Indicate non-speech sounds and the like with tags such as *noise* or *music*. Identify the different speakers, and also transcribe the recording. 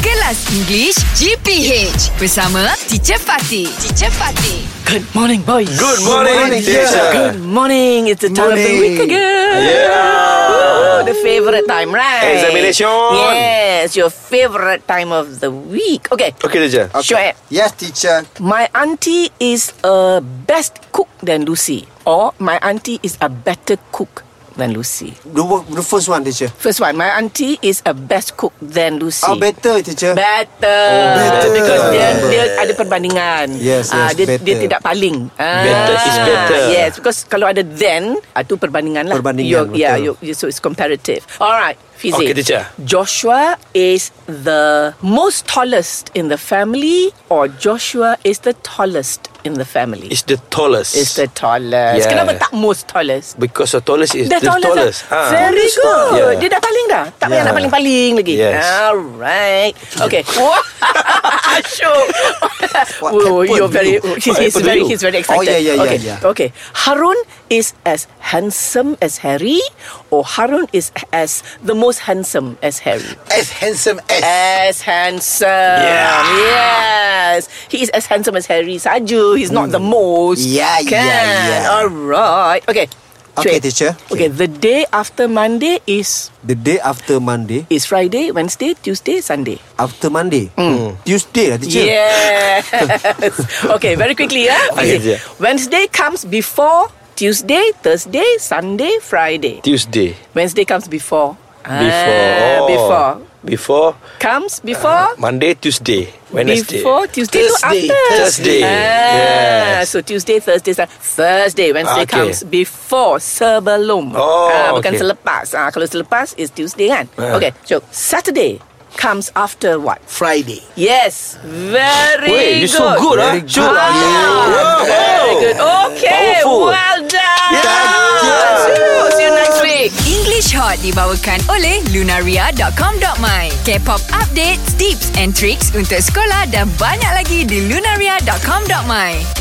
Speaker 1: Kelas English GPH bersama Teacher Fatih. Teacher Fatih.
Speaker 2: Good morning, boys.
Speaker 3: Good morning,
Speaker 4: morning,
Speaker 3: teacher.
Speaker 4: teacher.
Speaker 2: Good morning. It's the time of the
Speaker 4: Morning.
Speaker 2: week again.
Speaker 3: Yeah.
Speaker 2: Ooh, the favorite time, right?
Speaker 3: Examination.
Speaker 2: Yes, your favorite time of the week. Okay,
Speaker 3: Okey teacher.
Speaker 2: okay. Shoaib,
Speaker 4: Yes, teacher.
Speaker 2: my auntie is a best cook than Lucy, or my auntie is a better cook than Lucy.
Speaker 4: The, work, the first one, teacher.
Speaker 2: First one, my auntie is a best cook than Lucy.
Speaker 4: Oh, better, teacher.
Speaker 2: Better.
Speaker 3: Oh,
Speaker 4: better.
Speaker 2: Because dia dia ada perbandingan.
Speaker 4: Yes,
Speaker 2: Ah,
Speaker 4: yes,
Speaker 2: dia, dia
Speaker 4: better.
Speaker 2: tidak paling. Ah,
Speaker 3: Better is better.
Speaker 2: Yes, because kalau ada then, ah, tu perbandingan lah. You're-
Speaker 4: Perbandingan,
Speaker 2: yeah,
Speaker 4: betul.
Speaker 2: you so it's comparative. Alright. Fizik.
Speaker 3: Okay, teacher.
Speaker 2: Joshua is the most tallest in the family or Joshua is the tallest in the family?
Speaker 3: It's the tallest.
Speaker 2: Is the tallest.
Speaker 3: Yeah.
Speaker 2: Kenapa tak most tallest?
Speaker 3: because the tallest is
Speaker 2: Dah
Speaker 3: the
Speaker 2: tahu lah
Speaker 3: tallest. Ah.
Speaker 2: ha. uh, Very good yeah.
Speaker 3: Yeah.
Speaker 2: Dia dah paling dah Tak payah
Speaker 4: Yeah.
Speaker 2: nak paling-paling lagi
Speaker 3: Yes.
Speaker 2: Alright
Speaker 4: *laughs*
Speaker 2: Okay Wah, Syuk
Speaker 4: What
Speaker 2: Whoa,
Speaker 4: happened
Speaker 2: You're
Speaker 4: to
Speaker 2: very
Speaker 4: you?
Speaker 2: he's,
Speaker 3: What
Speaker 2: he's
Speaker 3: happened to
Speaker 2: very
Speaker 3: you?
Speaker 2: He's very excited
Speaker 4: Oh, yeah, yeah, yeah,
Speaker 2: okay.
Speaker 4: yeah.
Speaker 2: okay Harun is as handsome as Harry Or Harun is as The most handsome as Harry
Speaker 4: As handsome as.
Speaker 2: As handsome
Speaker 3: Yeah.
Speaker 2: Yes He is as handsome as Harry Saju He's not the most
Speaker 4: Hmm. Yeah, yeah,
Speaker 2: Kan?
Speaker 4: yeah.
Speaker 2: Alright Okay
Speaker 4: Okay,
Speaker 2: Syed.
Speaker 4: teacher.
Speaker 2: Okay, the day after Monday is
Speaker 4: The day after Monday.
Speaker 2: is Friday, Wednesday, Tuesday, Sunday.
Speaker 4: After Monday. Tuesday lah,
Speaker 3: *laughs*
Speaker 4: teacher.
Speaker 2: Yes. okay, very quickly, yeah.
Speaker 3: Okay, yeah.
Speaker 2: Wednesday comes before Tuesday, Thursday, Sunday, Friday.
Speaker 3: Tuesday.
Speaker 2: Wednesday comes before. Ah,
Speaker 3: Before. Oh.
Speaker 2: before.
Speaker 3: Before
Speaker 2: Comes before.
Speaker 3: Monday, Tuesday, Wednesday.
Speaker 2: Before Tuesday to
Speaker 4: Thursday,
Speaker 2: after
Speaker 3: Thursday.
Speaker 2: Ah,
Speaker 3: Yes.
Speaker 2: So Tuesday Thursday Sun- Thursday Wednesday
Speaker 3: Okay.
Speaker 2: comes Before Sebelum
Speaker 3: Oh,
Speaker 2: ah, Bukan
Speaker 3: okay.
Speaker 2: selepas ah, Kalau selepas Is Tuesday kan
Speaker 3: Ah.
Speaker 2: Okay so Saturday Comes after what
Speaker 4: Friday.
Speaker 2: Yes Very
Speaker 3: Wait, you
Speaker 2: good
Speaker 3: so good, ah.
Speaker 4: Very
Speaker 3: Sure.
Speaker 4: good.
Speaker 2: Ah,
Speaker 3: Wow.
Speaker 2: Very good Okay
Speaker 3: Powerful.
Speaker 2: Well done
Speaker 4: Thank you.
Speaker 2: Cheers. See you next week
Speaker 1: English Hot dibawakan oleh lunaria.com.my. K-pop updates, tips and tricks untuk sekolah dan banyak lagi di lunaria.com.my.